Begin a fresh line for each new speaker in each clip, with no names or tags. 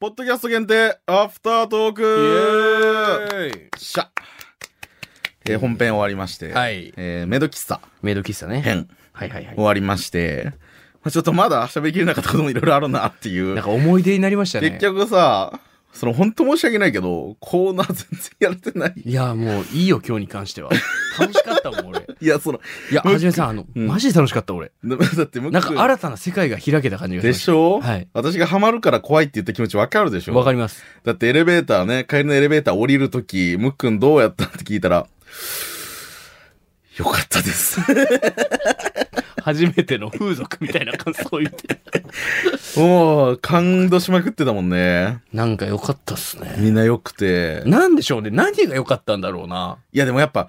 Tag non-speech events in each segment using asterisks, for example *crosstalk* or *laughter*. ポッドキャスト限定アフタートーク
イエーイ
しゃ。えー本編終わりまして、
はい
えーメイド喫茶
メイド喫茶ね。
編
はいはいはい
終。わりまして、まあ、ちょっとまだ喋りきれなかったこともいろいろあるなっていう。
なんか思い出になりましたね。
結局さ、その本当申し訳ないけど、コーナー全然やれてない。
いや、もういいよ、今日に関 *laughs* しては。楽しかったもん、俺。
いや、その、
いや、はじめさん、あの、
うん
マジで楽しかった、俺。
だって向井
なんか新たな世界が開けた感じがしま
で
し
しょ
はい。
私がハマるから怖いって言った気持ちわかるでしたょ
わかります。
だってエレベーターね、帰りのエレベーター降りるとき、むっくんどうやったって聞いたら、よかったです。
初めての風俗みたいな感想を言って。
もう、感動しまくってたもんね。
*laughs* なんか良かったっすね。
みんな良くて。
なんでしょうね。何が良かったんだろうな。
いや、でもやっぱ、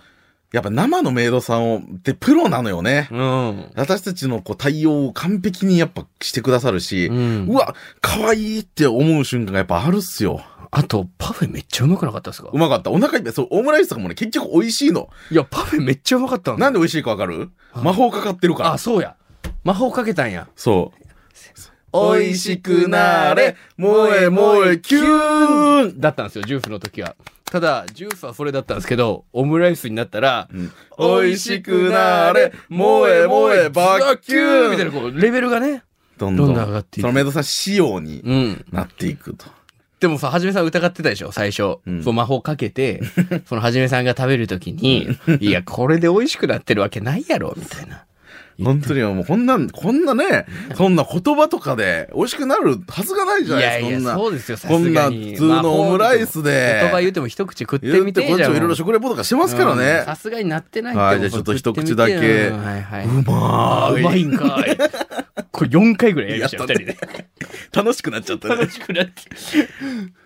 やっぱ生のメイドさんを、で、プロなのよね。
うん。
私たちのこう対応を完璧にやっぱしてくださるし、
う
うんわ、可愛いって思う瞬間がやっぱあるっすよ。
あと、パフェめっちゃうまくなかったですか
うまかった。お腹いっぱい、そう、オムライスとかもね、結局美味しいの。
いや、パフェめっちゃうまかったん
なんで美味しいかわかる魔法かかってるから
あ、。そうや。魔法かけたんや。
そう。
美味しくなれ萌え萌えキ
ュン
だったんですよ、ジュースの時は。ただ、ジュースはそれだったんですけど、オムライスになったら、
美味しくなれ萌え萌えバキューン
みたいな、こう、レベルがね。
どんどん
どんどん上がっていく
そのメイドさん仕様に
うん。
なっていくと。
でもさ、はじめさん疑ってたでしょ、最初。
ん
その魔法か
*laughs*
けて、そのはじめさんが食べる時に、いや、これで美味しくなってるわけないやろ、みたいな。
本当にもうこんなん、こんなね、そんな言葉とかで美味しくなるはずがない
い
じゃな
や
い
い
です
や、
か。
そ
こ
う
な
んですよ、さ
こ
す
んな
が
普
に。
通のオムライスで
言葉言うても一口食って
言っ
みて
て
え
こっ
じ
ち
ゃん。
もいろいろ食レポとかしてますから
うんさ
ね。
すがになってない
はいじゃあちょっと一口だけ。
食ってみてよはいはいう
まーい。
うまいんかい。これ4回ぐらいやりましたよ、
やった
2人で。
楽しくなっちゃったね
楽。しくなって。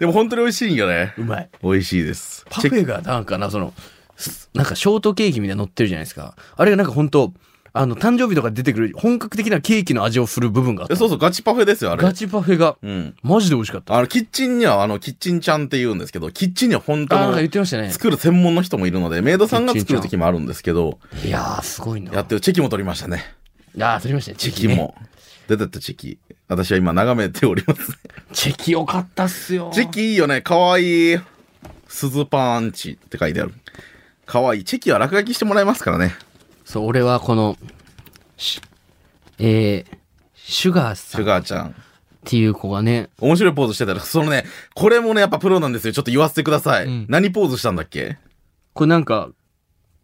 でも本当に美味しいんよね。
うまい。
美味しいです。
パフェがなんかな、その、すなんかショートケーキみたいなの乗ってるじゃないですか。あれがなんか本当あの、誕生日とか出てくる本格的なケーキの味をする部分があっ
え
た。
そうそう、ガチパフェですよ、あれ。
ガチパフェが、
うん。
マジで美味しかった。
あの、キッチンには、あの、キッチンちゃんって言うんですけど、キッチンには本
あ、なん
当
か言
の
ってましたね。
作る専門の人もいるので、メイドさんが作る時もあるんですけど、
いやー、すごいな。
やってるチェキも取りましたね。
あー、取りましたね。チ
チ
ェ
ェ
キ
キ
ね。
も。出てったチェキ。私は今眺めております。
チェキよかったっすよ。
チェキいいよね、かわいい。鈴パンチって書いてある。かわいい。チェキは落書きしてもらえますからね。
そう、俺はこの、しえー、シュガー
シ
さ
ュ
んっ
ガーちゃん。
ていう子がね、
面白いポーズしてたら、そのね、これもね、やっぱプロなんですよ。ちょっと言わせてください。
ん
何ポーズしたんだっけ
これなんか、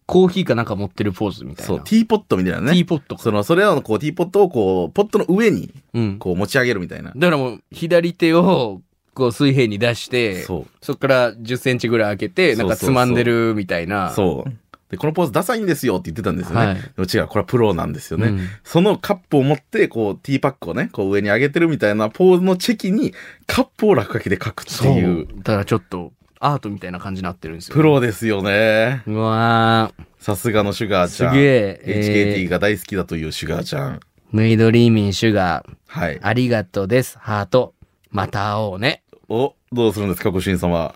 コーヒーかなんか持ってるポーズみたいな。
そう、ティーポットみたいなね。
ティーポットか
その、それらのこう、ティーポットをこう、ポットの上に、
うん。
こう、持ち上げるみたいな。
だからもう、左手を、こう水平に出して、
そう
っから10センチぐらい開けて、なんかつまんでるみたいな。
そう。で、このポーズダサいんですよって言ってたんですよね。
はい
でも違う、これはプロなんですよね。
うん
そのカップを持って、こう、ティーパックをね、こう上に上げてるみたいなポーズのチェキに、カップを落書きで書くって
そう
いう、
だからちょっと、アートみたいな感じになってるんですよ。
プロですよね。
うわー
さすがのシュガーちゃん。
すげえ
HKT が大好きだというシュガーちゃん。
メイドリーミンシュガー、
はい。
ありがとうです、ハート。また会おうね。
お、どうするんですか、ご主人様。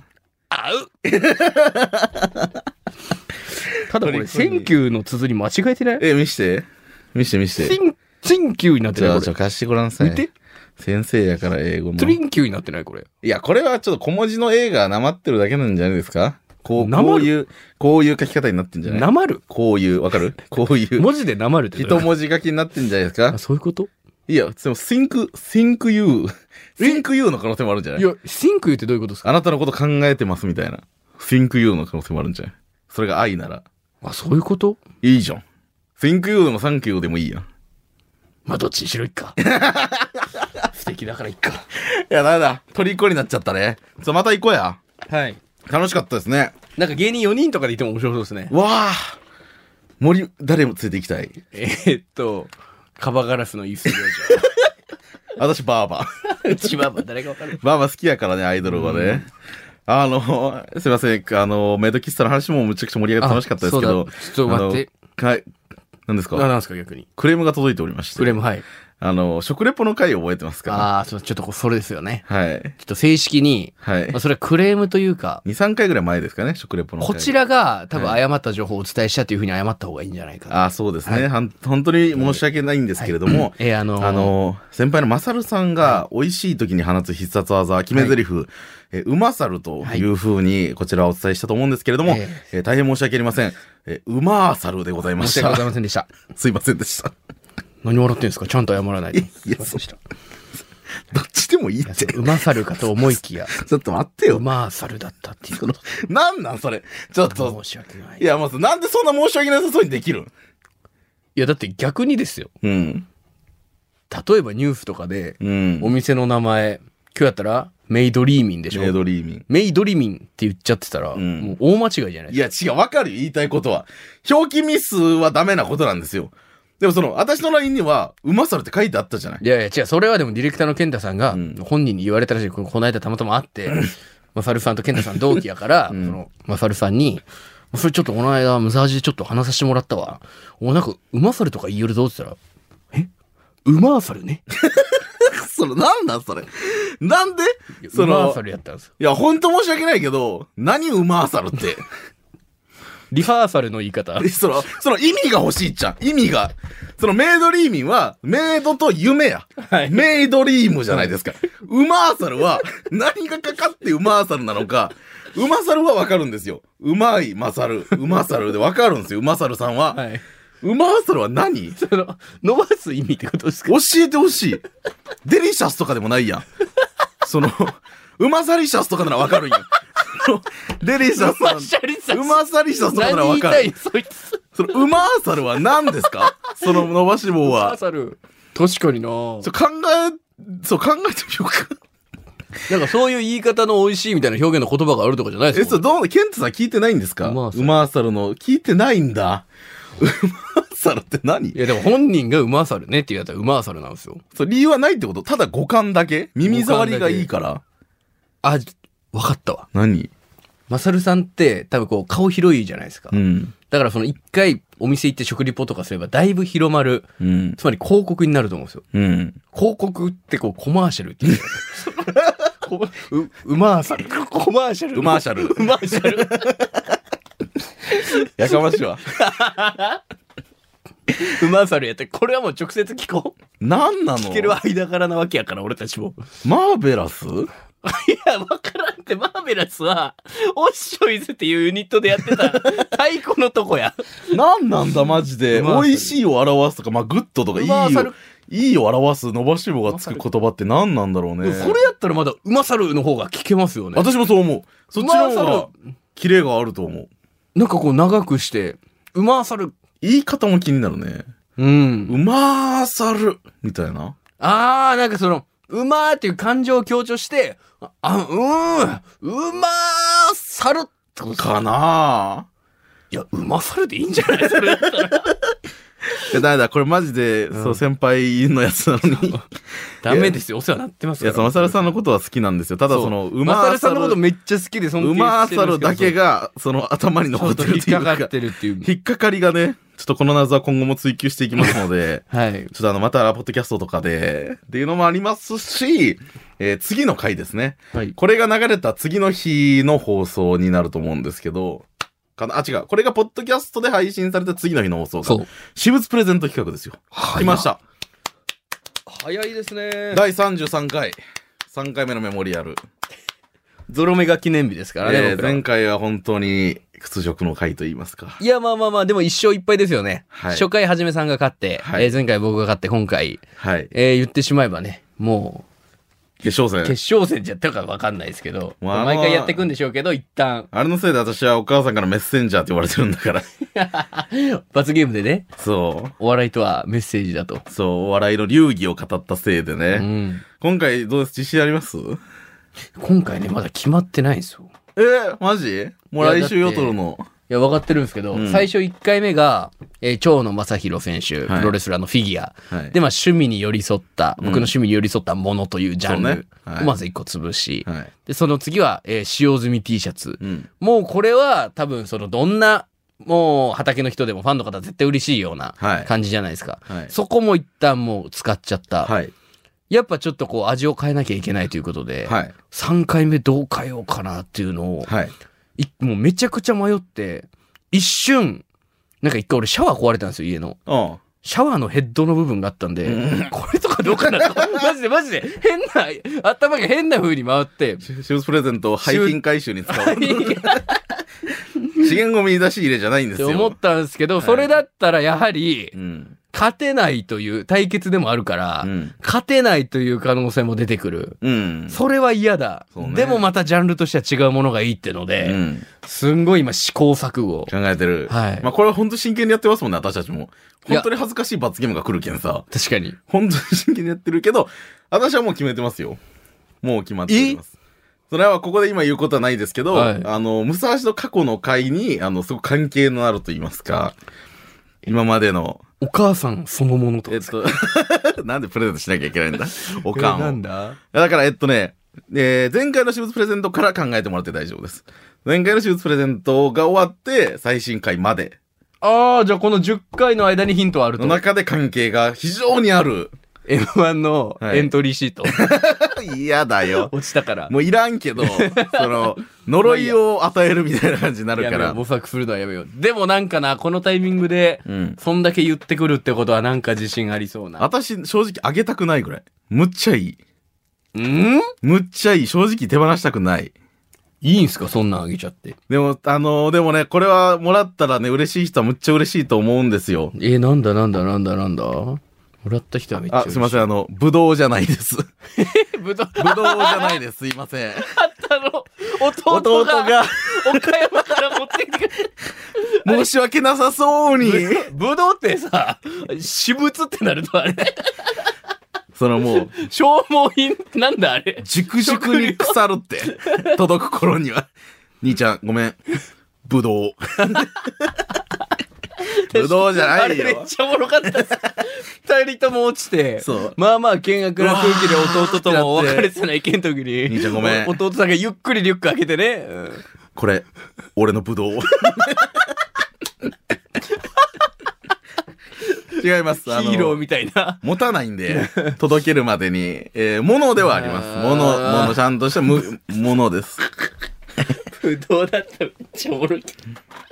会うただこ
トリックに
れ、センキューの綴り間違えてない
え、見して。見して見して
セ。ン、センキューになって
じゃ
ない
あ、
こ
ちょ、
れ。
貸してごらんなさい。
見て
先生やから英語の。
トリンキューになってないこれ。
いや、これはちょっと小文字の A がなまってるだけなんじゃないですかこう、
な
こ
ま
う
る
いう、こういう書き方になってんじゃない
なまる
こういう、わ
*laughs*
かるこういう、
文字でなまるってどういうこと
一文字書きになってんじゃないですか
あそういうこと
いや、でも、think, think you, think you の可能性もあるんじゃない
いや、シンクユってどういうことですか
あなたのこと考えてますみたいな。think you の可能性もあるんじゃないそれが愛なら、
あ、そういうこと
いいじゃん。think you でも thank you でもいいやん。い
まあ、どっちにしろいっか。 *laughs* 素敵だからいっか。
や、だめだ。虜になっちゃったね。そう、また行こうや。
はい。
楽しかったですね。
なんか芸人4人とかでいても面白そうですね。
わあ森、誰も連れて行きたい。
えーっと、カバガラスのイスリオ
私、バーバー。 *laughs*
*laughs* じゃん。千葉は誰かわかる
まあまあ好きやからね、アイドルはね。あの、すいません、あの、メイド喫茶の話もむちゃくちゃ盛り上がって楽しかったですけど
あ、そうだちょっと待って
あの。はい。何です
あ、
か
なんすか逆に。
クレームが届いておりまして。
クレーム、はい。
あの、食レポの回覚えてますか
ああ、そう、ちょっとこうそれですよね。
はい。
ちょっと正式に、
はい
まあ、。それはクレームというか、
2、3回ぐらい前ですかね、食レポの回。
こちらが多分誤った情報をお伝えしたというふうに謝った方がいいんじゃないかな。
あーそうですね、はん本当に申し訳ないんですけれども、
えーあのー
あのー先輩のマサルさんが美味しい時に放つ必殺技、決め台詞、えーうまさるというふうにこちらをお伝えしたと思うんですけれども、
え
えー大変申し訳ありません。えーうまーさるでございまし
申し訳ござい
た。
ませんでした。
*laughs* すいませんでした。
何笑ってんですかちゃんと謝らないと。
いや
そうでした。
どっちでもいいって。
うまさるかと思いき
*laughs*
や、
ちょっと待って
う
よ。
まさるだったっていう
そのなんなんそれ。ちょっと
申。し訳ない。
いや、まず、なんでそんな申し訳なさそうにできるん
いや、だって逆にですよ。
うん。
例えばニュースとかで、
うん。
お店の名前、今日やったら、メイドリーミンでしょ
メイドリーミン。
メイドリミンって言っちゃってたら、
ん
もう大間違いじゃないですか
いや、違う、わかるよ、言いたいことは。表記ミスはダメなことなんですよ。でもその、私の LINE には、うまさるって書いてあったじゃない。
いやいや、違う、それはでもディレクターの健太さんが
ん、
本人に言われたらしい、このこの間たまたま会 *laughs* って、マサルさんと健太さん同期やから、その、マサルさんに、それちょっとこの間、ムサージでちょっと話させてもらったわ。お前なんか、うまさるとか言えるぞって言ったら、えうまーさる *laughs* ね。
*laughs* その、なんなんそれ。なんで
う
そ
まー
の
さ、るやったんですよ。
いや、ほんと申し訳ないけど、何うまさるって。
リハーサルの言い *laughs* 方
え。 *laughs* その、その意味が欲しいじゃん。意味が。そのメイドリーミンは、メイドと夢や。
はい
メイドリームじゃないですか。うまーさるは、何がかかってうまーさるなのか、うまさるはわかるんですよ。うまいまさる、うまさるでわかるんですよ、うまさるさんは。
はい。
うまーさるは何
その、伸ばす意味ってことですか *laughs*
教えてほしい。デリシャスとかでもないやん。その、うまさリシャスとかならわかるんやん。そのデリシャスさん。
シャリさ
うまさリシャスとかなら
何言
わ
い
か
た
る
い。そいつ。
そのうまーさるは何ですかその伸ばし棒
リハー
は。
サル。確かにな
そう考え、そう考えてみようか。
なんかそういう言い方の美味しいみたいな表現の言葉があるとかじゃないで
え、
すか
そう、どう、ケントさん聞いてないんですか
う
う
ま
ま
ーさる
ーさるの、聞いてないんだ。うまーさるって何
いやでも本人がうまさるねって言われたらうまさるなんですよ。
そう理由はないってことただ五感だけ耳障りがいいから。
あ、わかったわ。
何
まさるさんって多分こう顔広いじゃないですか
う。ん。
だからその一回お店行って食リポとかすればだいぶ広まる。
うん。
つまり広告になると思うんですよ。
うん。
広告ってこうコマーシャルって言う。こう、うまさる。 *laughs* コマーシャル。
うまーシャル
うまーシャ *laughs* ル。
やかましいわ。
うまさるやって、これはもう直接聞こう。
なんなの
聞ける間柄なわけやから、俺たちも。
マーベラス
いや、わからんって、マーベラスは、オッショイズっていうユニットでやって *laughs* た、太鼓のとこや。
なんなんだマジで。
うまーさる
美味しいを表すとか、まあグッドとかいいう
まーさ
よ
る。
いいを表す伸ばし棒がつく言葉って何なんだろうね。
それやったらまだ、うまさるの方が聞けますよね。
私もそう思う。そっちの
う
方
まー
が
さ
キレがあると思う。
なんかこう長くして、うまさる。
言い方も気になるね。
うん。
うまーさるみたいな。
あー、なんかその、うまーっていう感情を強調して、あ、うーん、うまーさるってこと
かなぁ。
いや、うまさるでいいんじゃないそれ。 *laughs*
いや、だめだ、これマジで、そう、先輩のやつなの *laughs* に。い
ダメですよ。お世話になってますから。
や、そう、まさるさんのことは好きなんですよ。ただ、
そう
その、う
ま
ま
さ
ー
るさ
さ
んのこと
る、
めっちゃ好きで、その
うまー
提出して
さ
るん
る
です
だけ
けど
が、その頭に
ちょ
残
っ
って
と
る
引
っ
って
いう
か
か
かってるっていう。、
引っかかりがね、ちょっとこの謎は今後も追求していきますので *laughs*
はい。
ちょっとあの、また、ポッドキャストとかで、っていうのもありますし、えー次の回ですね。
はい。
これが流れた次の日の放送になると思うんですけど、かなあ、違う。これがポッドキャストで配信された次の日の放送
そう
が、。私物プレゼント企画ですよ。来ました。
早いですね。
第33回、3回目のメモリアル。
ゾロ目が記念日ですからね。
えー
僕らは
前回は本当に屈辱の回と言いますか。
いや、まあまあまあ、でも一勝一敗ですよね。
はい
初回はじめさんが勝って、
はい
えー前回僕が勝って、今回、
はい。
えー言ってしまえばね、も
決勝戦。
う、決勝戦じゃったかわかんないですけど、
まあ
毎回やっていくんでしょうけど、一旦、 *laughs*
あれのせいで私はお母さんからメッセンジャーって言われてるんだから。
罰ゲームでね、
そう。
お笑いとはメッセージだと。
そう、お笑いの流儀を語ったせいでね。
うん。
今回どうです自信あります
今回ね、まだ決まってないんですよ。
えー、マジもうい来
や
週
だ
よ
って
とるの。
いや、分かってるんですけど、
うん
最初1回目が、えー、蝶野正宏選手、
はい
プロレスラーのフィギュア。
はい
で、まあ、趣味に寄り添った、僕の趣味に寄り添ったものというジャン
そうね
ル
は
を
い
まず1個潰し、
はい。
で、その次は、えー使用済み T シャツ。
うん。
もうこれは、多分、その、どんなもう畑の人でもファンの方絶対嬉しいような
はい
感じじゃないですか。
はい
そこも一旦もう使っちゃった。
はい
やっぱちょっとこう味を変えなきゃいけないということで、
はい
3回目どう変えようかなっていうのを、
はい
いもうめちゃくちゃ迷って、一瞬、なんか一回俺シャワー壊れたんですよ、家の。
うん
シャワーのヘッドの部分があったんで、これとかどうか
*laughs*
なと。マジでマジで、変な、頭が変な風に回って、
シューズプレゼントを廃品回収に
*laughs*
使う資源ゴミ出し入れじゃないんで
っ
す
て
よ
思ったんですけど、
い
それだったらやはり
う、ん
勝てないという対決でもあるから、
うん
勝てないという可能性も出てくる。
うん
それは嫌だ、
そうね
でもまたジャンルとしては違うものがいいっての
う
で、
ん
すんごい今試行錯誤。
考えてる
はい
まあこれは本当真剣にやってますもんね私たちも
いや
本当に恥ずかしい罰ゲームが来るけんさ
確かに。
本当に真剣にやってるけど私はもう決めてますよもう決まっておりますそれはここで今言うことはないですけど、
はい
あの武蔵の過去の回にあのすごく関係のあると言いますか今までの
お母さんそのものと
え
か
っと *laughs* なんでプレゼントしなきゃいけ
*laughs*
ないんだお
お
かんを
なんだ
だから、えっとね、えー前回の私物プレゼントから考えてもらって大丈夫です。前回の私物プレゼントが終わって、最新回まで
ああ、じゃあこの10回の間にヒントはあると
の。中で関係が非常にあ
*laughs*
る。
M1 の
はい
エントリ
*laughs*
ーシート、
嫌だよ。
落ちたから。
もういらんけど、その、呪いを与えるみたいな感じになるか
やめよ
ら
う。模索するのはやめよう。でもなんかな、このタイミングで、
うん。
そんだけ言ってくるってことはなんか自信ありそうな。
私、正直あげたくないぐらい。むっちゃいい。
うん
むっちゃいい。正直手放したくない。
いいんすかそんなんあげちゃって。
でも、あのーでもね、これはもらったらね、嬉しい人はむっちゃ嬉しいと思うんですよ。
えーなんだなんだなんだなんだもらった人はめっちゃ
あ、すいません、
ん。
あの、 *laughs* ぶどうじゃないです。
ぶどう
ぶどうじゃないです。すいません。
たの弟
弟が
が岡山から持ってきてく
*laughs*
れ
申し訳なさそう *laughs* に。
ぶどうってさ、私物ってなるとあれ、
そのもう、
消耗品なんだあれ。
熟熟に腐るって。届く頃には。兄ちゃん、ごめん。ぶど
*laughs*
う。ぶどうじゃ
あ
な
れ
い
めっ
よ。
ちゃおもろかったです。二人とも落ちて。
そう
まあまあ、険悪な空気で弟ともお別れせないけん時に。
兄ちゃんごめん
お弟さんがゆっくりリュック開けてね。うん
これ、俺のぶど
*laughs*
う。違います。あの
ヒーローみたいな。
持たないんで、届けるまでに、えー、ものではあります。もの、
あー
もの、ちゃんとしたむ、ものです。
ぶどうだったらめっちゃおもろい。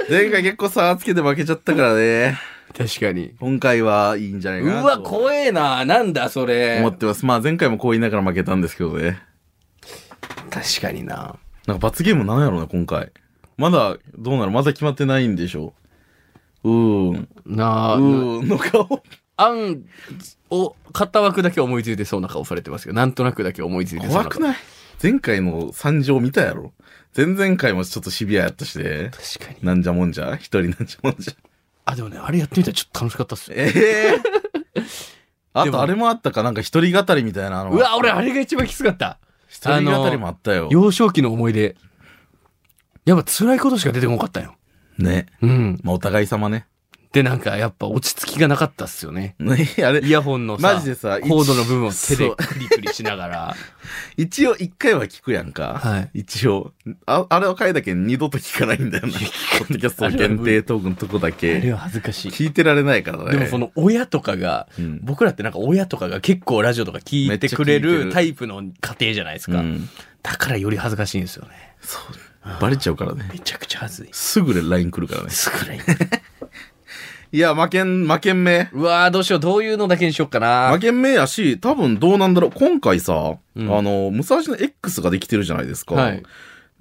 前回結構差つけて負けちゃったからね。
確かに。
今回はいいんじゃないうかなと。
わ、怖えな。なんだそれ
思っ。てます。まあ前回もこう言いながら負けたんですけどね。
確かにな。
なんか罰ゲームなんやろうね、今回。まだ、どうなるまだ決まってないんでしょう。うーん。う
なあ、
ーんの顔。
案を、片枠だけ思いついてそうな顔されてますけど、なんとなくだけ思いついてそうな
怖
顔。
くない前回の惨状見たやろ。前々回もちょっとシビアやったしね。
確かに。
なんじゃもんじゃ一人なんじゃもんじゃ。
あ、でもね、あれやってみたらちょっと楽しかったっすよ。
ええあ
でも
*laughs* とあれもあったか、なんか一人語りみたいなの。
うわ、俺、あれが一番きつかった。
一人語りもあったよ。
幼少期の思い出。やっぱ辛いことしか出てこなかったよ。
ね。
うん。
まあお互い様ね。 *laughs*
で、なんかやっぱ落ち着きがなかったっすよね。
ね、あれ
イ、ヤホンのさ、
マジでさ
コードの部分を手
そ
で
う
クリクリしなが *laughs* ら。
一応一回は聞くやんか。
はい。
一応、ああれを書いたけん二度と聞かないんだよな。ポッドキャスト限定トークのとこだ
あれ
け。
は恥ずかしい。
聞いてられないからね。
でもその親とかが、
うん
僕らってなんか親とかが結構ラジオとか聞いてく
め
れ
っちゃ聞いて
る
る
タイプの家庭じゃないですか。
うん
だからより恥ずかしいんですよね。
そう。バレちゃうからね。
めちゃくちゃ恥ずい。
すぐで LINE 来るからね。
すぐらい。
いや、負けん、負けんめ。
*laughs* うわーどうしよう。どういうのだけにしよっかな
負。けんめやし、多分どうなんだろう。今回さ、
うん
あの、ムサハシの X ができてるじゃないですか。
はい。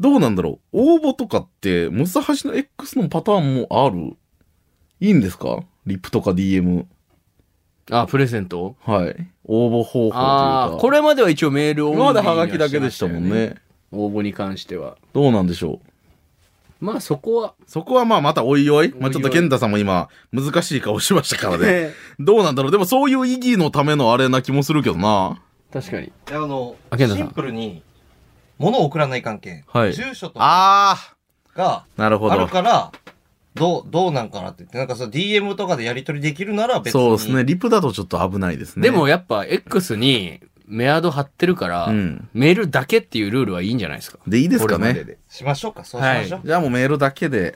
どうなんだろう。応募とかって、ムサハシの X のパターンもあるいいんですかリプとか DM。
あ、プレゼント
はい。応募方法という
ああ
か。
ー、これまでは一応メールを
今までハガキだけでしたもんね。
応募に関しては
どうなんでしょう
まあそこは
そこはまあまたおいおい。ま
おいお
あ
い
ちょっと健太さんも今難しい顔しましたからね。どうなんだろうでもそういう意義のためのあれな気もするけどな。
確かに
いやあの
あ健太
シ
さん
ンプルに物を送らない関係、
はい
住所とか
あ
が
あなるほ
ある
ど。
からどうどうなんかなって言ってなんかその DM とかでやり取りできるなら別に
そうですね。リプだとちょっと危ないですね。
でもやっぱ X にメアド貼ってるから、
うん
メールだけっていうルールはいいんじゃないですか
でいいですか
これまで
ね。
で
しましょうかそうしましょう、
じゃあもうメールだけで。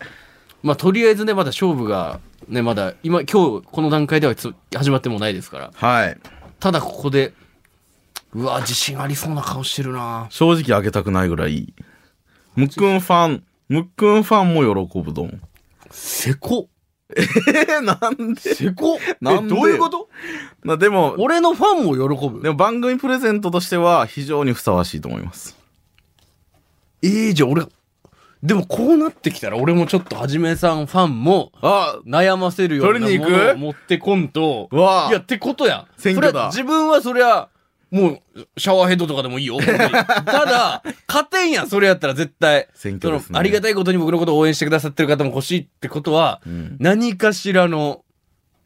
まあとりあえずねまだ勝負がねまだ今今日この段階ではつ始まってもないですから
はい。
ただここでうわ自信ありそうな顔してるな
正直あげたくないぐらい。むっくんファン、むっくんファンも喜ぶどん。
せこ
えー、なんで
せ
*laughs*
こ
なんで
えどういうこと
なでも、
俺のファンも喜ぶ
でも番組プレゼントとしては非常にふさわしいと思います。
ええじゃあ俺、でもこうなってきたら俺もちょっとはじめさんファンも
あ
悩ませるような
取りに
も
行く
のを持ってこんと、
わあ
いや、ってことや。
選挙だ
それは自分はそりゃ、もう、シャワーヘッドとかでもいいよ。
*laughs*
本当にただ、勝てんやん、それやったら絶対。
選挙ですね
そのありがたいことに僕のことを応援してくださってる方も欲しいってことは、
ん
何かしらの、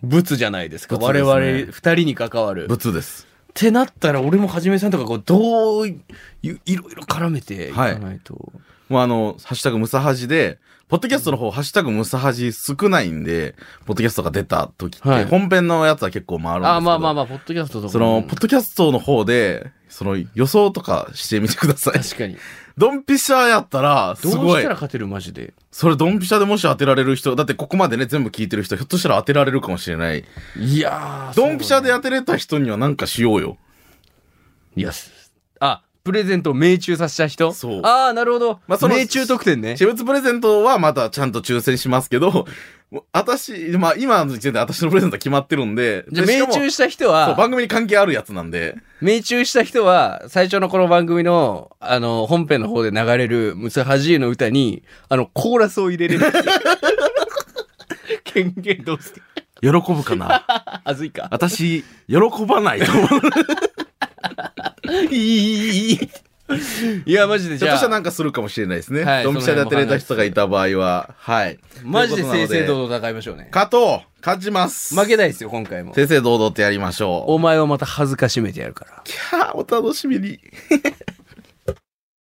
物じゃないですか。
物ですね
我々二人に関わる。っ
ブツです。
てなったら、俺もはじめさんとかこう、どうい、いいろいろ絡めていかないと。
もうあの、ハッシュタグムサハジで、ポッドキャストの方、ハッシュタグムサハジ少ないんで、ポッドキャストが出た時って、
はい
本編のやつは結構回るんですけど。
あまあまあまあ、ポッドキャストとかも。
その、ポッドキャストの方で、その予想とかしてみてください。
確かに。
ドンピシャやったら、す
どう
ご
し
い
たら。勝てるマジで。
それドンピシャでもし当てられる人、だってここまでね、全部聞いてる人、ひょっとしたら当てられるかもしれない。
いやー
ドンピシャで
そうだね
当てれた人にはなんかしようよ。
いや、すあ、プレゼントを命中させた人
そう
ああ、なるほど。
まあその
命中特典ね。
私物プレゼントはまたちゃんと抽選しますけど、私、まあ今の時点で私のプレゼントは決まってるんで、
じゃあ
でし
命
かも
中した人
そう
は、
番組に関係あるやつなんで、
命中した人は、最初のこの番組の、あの、本編の方で流れる、ムサハジーの歌に、あの、コーラスを入れれる。権限どうする
喜ぶかな
あずいか。
私、喜ばないと思う。
いい、いい、いい。いや、マジで、
ち
じ
ょっ
ゃ
と
あ
した、なんかするかもしれないですね。
はい
ドンピシャで当てれた人がいた場合は、はい。
マジで正
ということ
々
なの
堂々戦いましょうね。
加藤、勝ちます。
負けないですよ、今回も。
正々堂々とやりましょう。
お前をまた恥ずかしめてやるから。
キャー、お楽しみに。